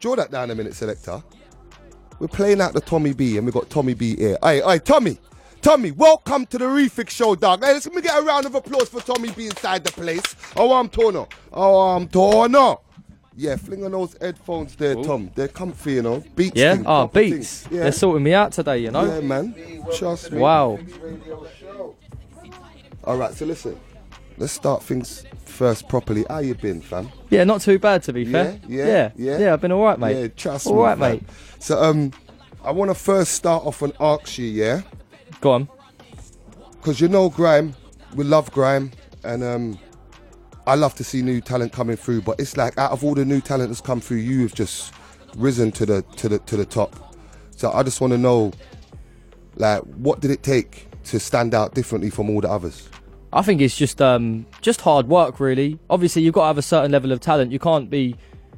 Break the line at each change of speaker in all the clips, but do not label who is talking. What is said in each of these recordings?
Draw that down a minute, selector. We're playing out the Tommy B and we got Tommy B here. Hey, hey, Tommy. Tommy, welcome to the Refix Show, dog. Hey, let's let me get a round of applause for Tommy B inside the place. Oh, I'm Torno. Oh, I'm Torno. Yeah, fling on those headphones there, Tom. They're comfy, you know. Beats.
Yeah.
thing,
Oh,
proper thing.
beats.
Yeah.
They're sorting me out today, you know.
Yeah, man. Trust me.
Wow.
All right, so listen. Let's start things first properly. How you been, fam?
Yeah, not too bad to be fair.
yeah,
yeah,
yeah.
I've been all right, mate.
Yeah, trust
all
me.
right,
fam.
mate.
So, um, I want to first start off on Archie, yeah?
Go on.
Because you know Grime, we love Grime, and um, I love to see new talent coming through. But it's like out of all the new talent that's come through, you have just risen to the to the to the top. So I just want to know, like, what did it take to stand out differently from all the others?
I think it's just um just hard work really. Obviously you've got to have a certain level of talent. You can't be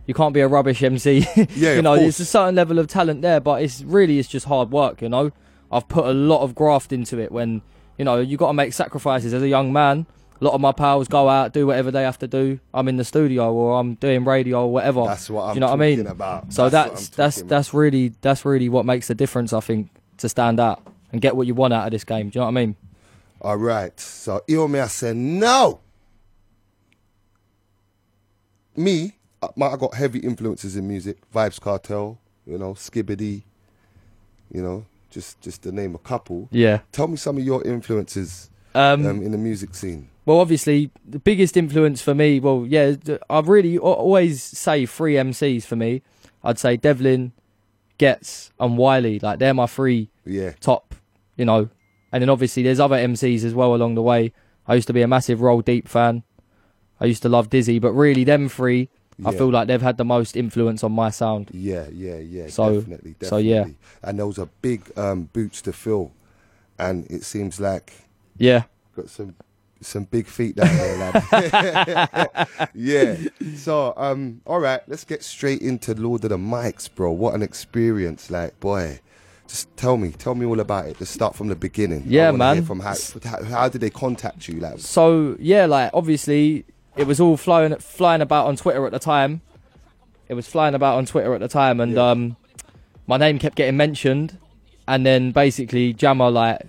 you can't be a rubbish MC.
Yeah,
you
of
know,
course.
there's a certain level of talent there, but it's really it's just hard work, you know. I've put a lot of graft into it when you know, you gotta make sacrifices as a young man. A lot of my pals go out, do whatever they have to do. I'm in the studio or I'm doing radio or whatever.
That's what I'm
do you know what I mean?
talking about.
So
That's what
that's
I'm
that's
talking
that's really that's really what makes the difference, I think, to stand out and get what you want out of this game. Do you know what I mean?
All right. So Iome, I said no. Me, I my- I got heavy influences in music. Vibes Cartel, you know, Skibbity, you know, just just to name a couple.
Yeah.
Tell me some of your influences
Um,
um, in the music scene.
Well, obviously, the biggest influence for me, well, yeah, th- I really al- always say three MCs for me. I'd say Devlin, Getz, and Wiley. Like, they're my three
Yeah.
top, you know. And then obviously, there's other MCs as well along the way. I used to be a massive Roll Deep fan. I used to love Dizzy, but really, them three, I
Yeah.
feel like they've had the most influence on my sound.
Yeah, yeah, yeah.
So-
definitely, definitely.
so, yeah.
And those are big um, boots to fill. And it seems like
Yeah.
got some some big feet down there, lad. yeah. So, um, all right, let's get straight into Lord of the Mics, bro. What an experience, like, boy. Just tell me, tell me all about it. Just start from the beginning. I
Yeah,
wanna
man.
hear From how, how, how did they contact you? Like,
So yeah, like obviously it was all flying flying about on Twitter at the time. It was flying about on Twitter at the time, and
Yeah.
um, my name kept getting mentioned, and then basically Jammer like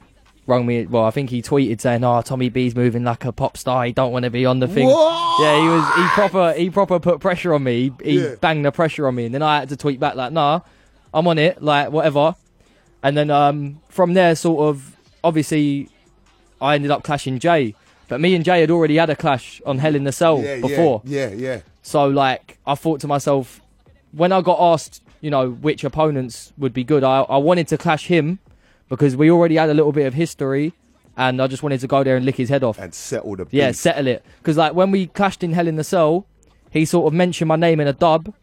rung me. Well, I think he tweeted saying, "Oh, Tommy B's moving like a pop star. He don't want to be on the thing."
What?
Yeah, he was. He proper he proper put pressure on me. He, he
Yeah.
banged the pressure on me, and then I had to tweet back like, "Nah, I'm on it. Like whatever." And then um, from there, sort of obviously I ended up clashing Jay. But me and Jay had already had a clash on Hell in the Cell
yeah,
before.
Yeah, yeah.
So like I thought to myself, when I got asked, you know, which opponents would be good, I, I wanted to clash him because we already had a little bit of history and I just wanted to go there and lick his head off.
And settle the
Yeah,
beef.
settle it. Because like when we clashed in Hell in the Cell, he sort of mentioned my name in a dub,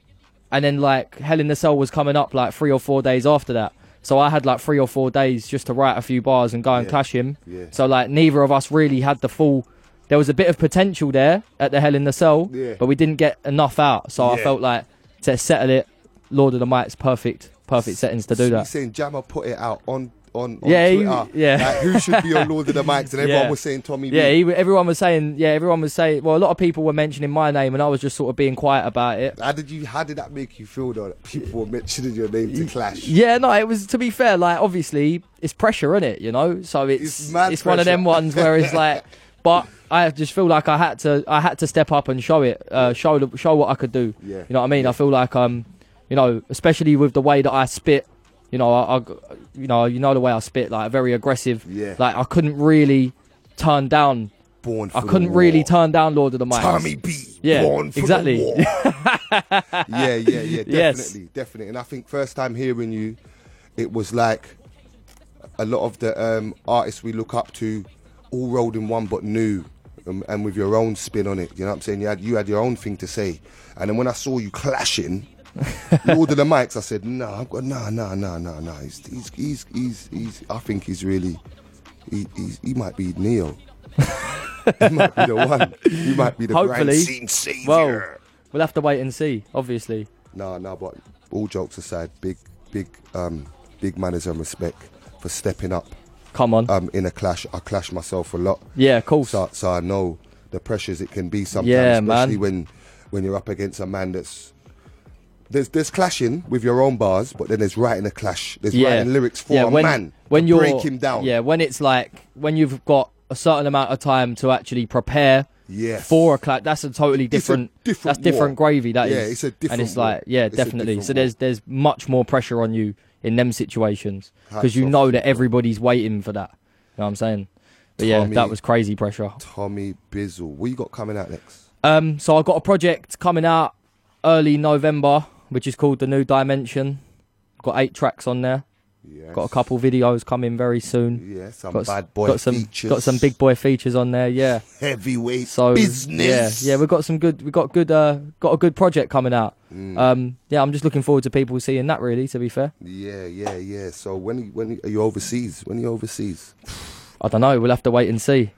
and then like Hell in the Cell was coming up like three or four days after that. So I had like three or four days just to write a few bars and go and
Yeah.
clash him.
Yeah.
So like neither of us really had the full. There was a bit of potential there at the Hell in the Cell,
Yeah.
but we didn't get enough out. So I
Yeah.
felt like to settle it, Lord of the Might's perfect, perfect settings to
So
do
You're
that.
saying Jammer put it out on on, on
Yeah, he-
Twitter.
yeah.
Like, who should be on Lord of the Mics? And everyone
Yeah.
was saying Tommy.
Yeah,
B.
he, everyone was saying. Yeah, everyone was saying. Well, a lot of people were mentioning my name, and I was just sort of being quiet about it.
How did you? How did that make you feel though? That people were mentioning your name to clash.
Yeah, no, it was to be fair, like obviously it's pressure in it, you know. So it's
It's
it's,
mad
one of them
pressure.
ones where it's like but I just feel like I had to I had to step up and show it, uh, show the- show what I could do.
Yeah.
You know what I mean? I feel like um you know, especially with the way that I spit, you know, I, I g- you know, you know the way I spit like very aggressive.
Yeah.
Like I couldn't really turn down
Born. For
I
the
couldn't really
war.
turn down Lord of the Mics.
Tommy B.
Yeah,
born for the
exactly.
war. yeah, yeah, yeah. Definitely,
Yes.
definitely. And I think first time hearing you, it was like a lot of the um, artists we look up to, all rolled in one, but new. Um, and with your own spin on it, you know what I'm saying. You had you had your own thing to say, and then when I saw you clashing, Lord of the Mics, I said, "Nah, I've got nah, nah, nah, nah, nah." He's he's he's he's, he's I think he's really he he's, he might be Neo. he might be the one. He might be the
Hopefully.
grand scene savior.
Well, we'll have to wait and see, obviously.
No, no, but all jokes aside, big, big, um, big manners and respect for stepping up
Come on.
um, in a clash. I clash myself a lot,
yeah, of course.
so, so I know the pressures it can be sometimes,
Yeah, man.
especially when when you're up against a man that's there's there's clashing with your own bars, but then there's writing a clash. There's
yeah.
writing lyrics for
yeah,
a
when,
man.
when
to
you're
break him down.
Yeah, when it's like when you've got a certain amount of time to actually prepare
Yes.
for a clash. That's a totally
It's a
different,
different
That's different
war.
gravy. That is.
Yeah, it's a
And
different
it's
war.
like yeah,
It's a
definitely.
different
So there's there's much more pressure on you in them situations because
Hats
you
off
know
to
that everybody's waiting for that. You know what I'm saying? But yeah,
Tommy.
that was crazy pressure.
Tommy Bizzle. What you got coming out next?
Um, so I got a project coming out early November, which is called the New Dimension. Got eight tracks on there.
Yes.
Got a couple videos coming very soon.
Yeah, some
Got, s-
bad boy
got some
features.
got some big boy features on there. Yeah.
heavyweight
So
business.
Yeah, yeah, we've got some good. We got good. Uh, got a good project coming out.
Mm.
Um, yeah, I'm just looking forward to people seeing that. Really, to be fair,
yeah, yeah, yeah. So when are you- when are you overseas? When are you overseas?
I don't know. We'll have to wait and see.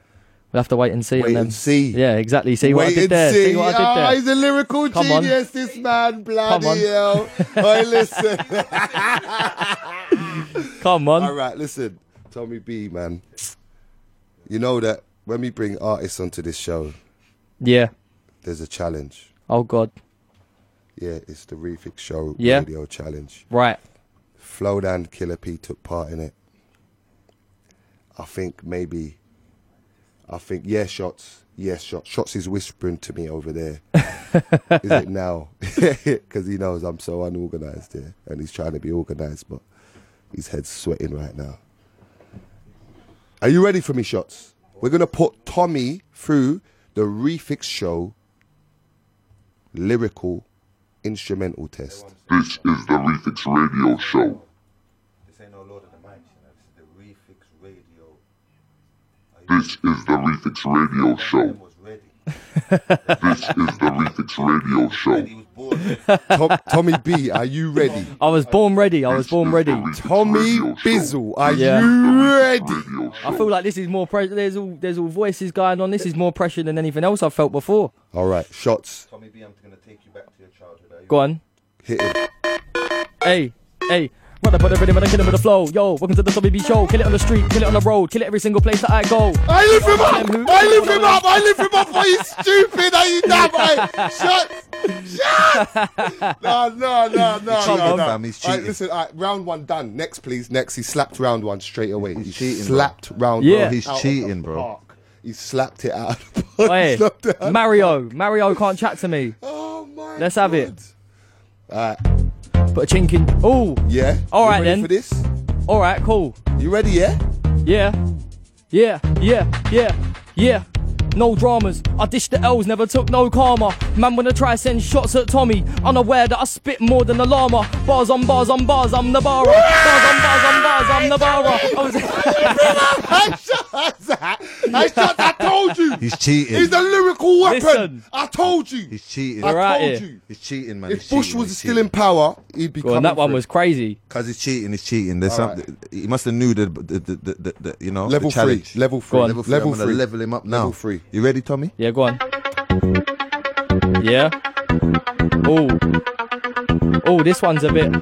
We'll have to wait and see.
Wait
and,
and see.
Yeah, exactly. See
Wait
what I did
and
there.
see.
See, what I
Ah,
did
he's a lyrical
Come on.
genius, this man. Bloody
on.
hell. Oi, listen.
there. Come on.
All right, listen, Tommy B, man. You know that when we bring artists onto this show,
Yeah.
there's a challenge.
Oh God.
Yeah, it's the Refix Show
Yeah.
Radio Challenge.
Right.
Flowdown Killer P took part in it. I think maybe, I think yeah, shots, yeah, shots. Shots is whispering to me over there. is it now? Because he knows I'm so unorganized here, and he's trying to be organized, but his head's sweating right now. Are you ready for me, shots? We're gonna put Tommy through the Refix Show lyrical instrumental test.
This is the Refix Radio Show.
This ain't no Lord of the Mics, you know, this is the Refix Radio.
This is the Refix Radio
Show.
Show.
was ready.
This is the Refix Radio Show.
He was born.
Tom, Tommy B, are you ready?
I was born ready. I was born ready.
Tommy Bizzle, are
Yeah.
you ready?
Radio Show.
I feel like this is more pressure. There's all there's all voices going on. This is more pressure than anything else I've felt before.
All right, shots.
Tommy B, I'm gonna take you back to your childhood. Are you
Go on.
Hit it.
Hey, hey. Run up on the rhythm and I kill it with the flow. Yo, welcome to the Tommy B show. Kill it on the street, kill it on the road, kill it every single place that I go.
I lift him up! I lift him up! I lift him up! Are you stupid? Are you dumb? I, shots! Shots! No, no, no, no,
cheating,
no, no.
fam, he's
All right,
cheating.
listen, all right, round one done. Next, please. Next, he slapped round one straight away. He
He's cheating, bro.
slapped round
Yeah.
one.
He's
out of
cheating,
the
bro.
park. He slapped it out of the park.
Hey,
Slapped it out.
Mario, Mario can't chat to me.
Oh, my
Let's have it.
God. All right.
Put a chink in. Oh,
Yeah.
All
You
right,
ready
then.
For this,
all right, cool.
you ready? Yeah.
Yeah, yeah, yeah, yeah, yeah. No dramas. I dished the L's, never took no karma. Man, when I try send shots at Tommy, unaware that I spit more than a llama. Bars on bars on bars, I'm the barra. Bars on bars on bars, I'm the barra. I was-
I shot that. I shot. I told you.
He's cheating.
He's a lyrical weapon.
Listen.
I told you.
He's cheating.
I
We're out
told
here.
you.
He's cheating, man.
If Bush was still in power, he'd be.
Go on,
coming
that one
for
was
it.
crazy.
because he's cheating, he's cheating. There's
All right.
something he must have knew the the, the, the, the, the you know
level
the
three.
challenge.
Level three.
Go on.
Level three.
Level
Level
I'm gonna
three.
level him up now.
Level three.
You ready, Tommy?
Yeah, go on. Yeah. Oh. Oh, this one's a bit.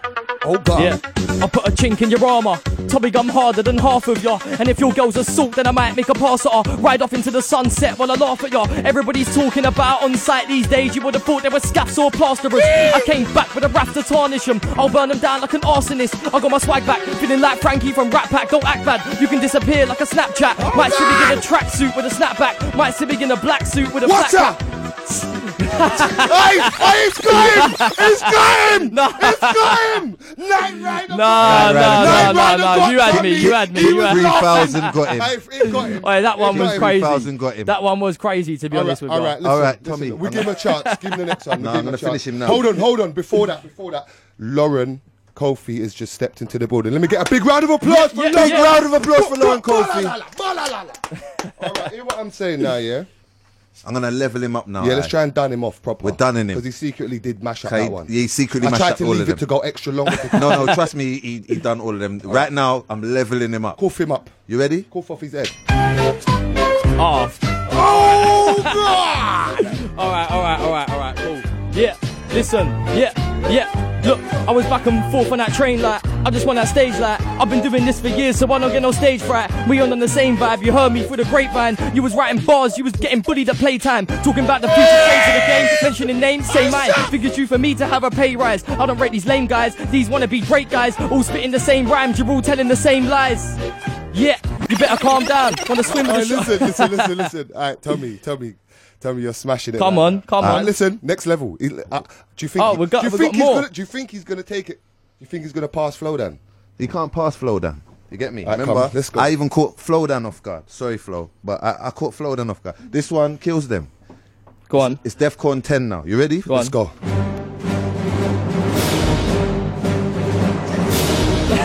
Oh God.
Yeah. I put a chink in your armor. Tommy gum harder than half of ya. And if your girl's a salt, then I might make a pass at her. Ride off into the sunset while I laugh at ya. Everybody's talking about on site these days. You would have thought they were scaffs or plasterers. I came back with a raft to tarnish 'em. I'll burn them down like an arsonist. I got my swag back, feeling like Frankie from Rat Pack. Don't act bad. You can disappear like a
Oh,
Snapchat. Might see me in a tracksuit with a snapback. Might see me in a black suit with a black
What's up?
hat.
hey, hey, it's got him! It's got him!
No.
It's got him! Night Rider!
No,
no,
Night
no,
Rider
no,
got
you had me,
Tommy.
you had me,
He
you
was
had me.
laughing.
3,000 got him.
Hey, it got him.
Oi, Oh, that one
It
was
got him.
crazy.
3,000 got him.
That one was crazy, to be honest with you.
all right, listen,
All right,
listen,
Tommy,
we
I'm
give him a chance. Give him the next one. we
No,
give
I'm
him a
gonna
chance.
finish him now.
Hold on, hold on. Before that, before that, Lauren Kofi has just stepped into the building. Let me get a big round of applause for
yeah,
Lauren.
yeah.
Round of applause for Lauren Kofi.
Kofi. all right, hear what I'm saying now, yeah?
I'm gonna level him up now.
Yeah, let's
aye.
try and dun him off proper.
We're dunning him.
because he secretly did mash up
Okay,
that one.
yeah, he secretly
I
mashed
tried
up
to
all
leave
of
it
them.
to go extra long. to
No, no, trust me, he, he done all of them. Right now, I'm leveling him up.
Cuff him up.
You ready?
Cuff off his head.
Oh,
Oh God!
All right, all right, all right, all right, cool. Yeah, listen, yeah, yeah. Look, I was back and forth on that train like, I just want that stage light. I've been doing this for years, so I don't get no stage fright. We on on the same vibe. You heard me through the grapevine. You was writing bars, you was getting bullied at playtime. Talking about the future stage of the game, mentioning names, say mine. Figures you for me to have a pay rise. I don't rate these lame guys. These wanna be great guys, all spitting the same rhymes. You're all telling the same lies. Yeah, you better calm down. Wanna swim
All
with
right,
the
listen, listen, listen, listen. All right, tell me, tell me, tell me you're smashing it.
Come
now.
on, come
All right,
on.
listen, next level. He- uh, do you think?
Oh,
he-
we got-
do you
we
think
got
he's
more.
Gonna, do you think he's gonna take it? Do you think he's gonna pass Flo then?
He can't pass Flodan. You get me?
Alright,
Remember,
come on, let's go.
I even caught Flodan off guard. Sorry, Flo, but I, I caught Flodan off guard. This one kills them.
Go on.
It's Defcon 10 now. You ready?
Go on.
Let's go. you're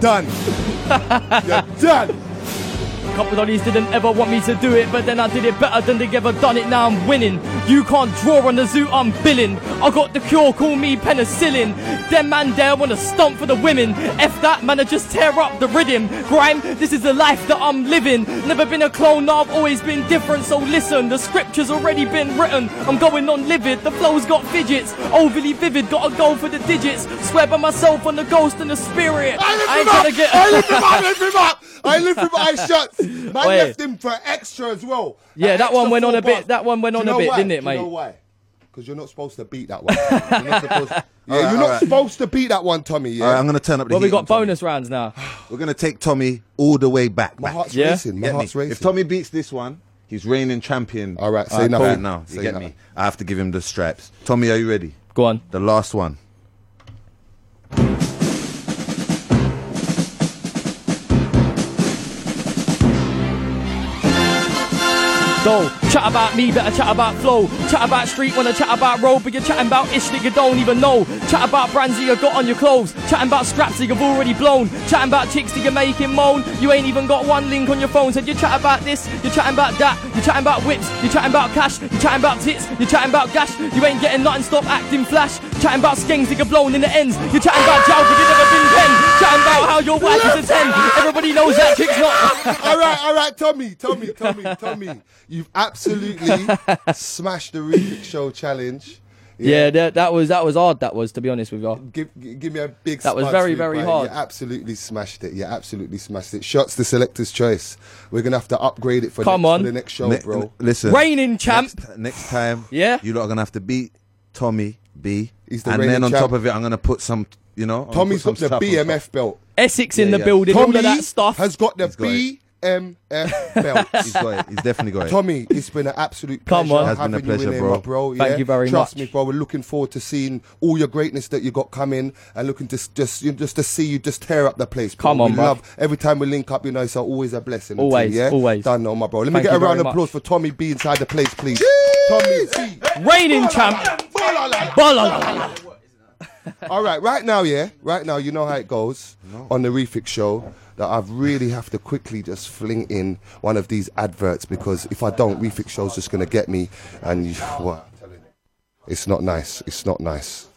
done. you're done.
Couple of these didn't ever want me to do it, but then I did it better than they ever done it. Now I'm winning. You can't draw on the zoo, I'm billing. I got the cure, call me penicillin. Them man there wanna stomp for the women. F that man, I just tear up the rhythm. Grime, this is the life that I'm living. Never been a clone, I've always been different. So listen, the scripture's already been written. I'm going on livid, the flow's got fidgets. Overly vivid, gotta go for the digits. Swear by myself on the ghost and the spirit.
I
ain't
lift him
tryna
up.
get.
I lift him up. I lift him up. I lift him up. I shut. Man
Wait.
left him for extra as well.
Yeah,
An
that
extra
one went on
four
a bit-
bars.
that one went
Do
on
you
a
know
bit,
why?
didn't it,
Do you know
mate?
why? Because you're not supposed to beat that one. You're not supposed. yeah,
Alright,
you're not
alright.
supposed to beat that one, Tommy. Yeah.
All right, I'm gonna turn up the
Well,
heat.
we got
on Tommy.
bonus rounds now.
We're gonna take Tommy all the way back.
My
back.
heart's
Yeah?
racing.
You
My
get me?
heart's racing.
If Tommy beats this one, he's reigning champion.
All right, say
Uh,
nothing.
right now. You
Say
get
nothing.
me? I have to give him the stripes. Tommy, are you ready?
Go on.
The last one.
Though, chat about me, better chat about flow. Chat about street, wanna chat about road, but you're chatting about ish that you don't even know. Chat about brands that you got on your clothes. Chatting about scraps that you've already blown. Chatting about chicks that you're making moan. You ain't even got one link on your phone. Said you chat about this, you're chatting about that. You're chatting about whips, you're chatting about cash, you're chatting about tits, you're chatting about gash. You ain't getting nothing, stop acting flash. Chatting about skanks that you're blown in the ends. You're chatting about jowls that you've never been pen. Chatting about how your wife is a 10. Everybody knows that chick's not.
all right, all right, Tommy, Tommy, Tommy, Tommy. You've absolutely smashed the Refix Show challenge.
Yeah, that, that was that was hard. That was to be honest with you.
Give, gi- give me a big.
That was
spud
very,
sweep,
very
mate.
hard.
You absolutely smashed it. You absolutely smashed it. Shots the selector's choice. We're gonna have to upgrade it for,
Come
next,
on.
for the next show,
Ne-
bro.
n- listen.
Reigning champ.
Next, next time,
Yeah.
you lot are gonna have to beat Tommy B.
He's the
and
reigning
then on
champ.
top of it, I'm gonna put some. You know, I'm gonna
Tommy's
put
got
some
the
stuff on top.
BMF belt.
Essex in
Yeah,
the
yeah.
building, all
Tommy
of that stuff.
has got the
He's got it.
BMF belt.
He's got it. He's definitely got it.
Tommy, it's been an absolute pleasure
Come on.
Has been a
having
pleasure,
you in here,
bro.
my bro.
Thank
yeah.
you very
Trust
much.
me, bro. We're looking forward to seeing all your greatness that you got coming, and looking to s- just you, just to see you just tear up the place. Bro.
Come on,
we
bro.
Love, every time we link up, you know, it's always a blessing. and
Always,
thing, yeah?
always.
Done, no, my bro. Let me
Thank
get a
you very
round of
much.
applause for Tommy B inside the place, please. Tommy B.
Reigning champ. Bolala.
All right, right now, yeah, right now, you know how it goes on the Refix show that I really have to quickly just fling in one of these adverts because if I don't, Refix show's just gonna get me, and you, well, it's not nice. It's not nice.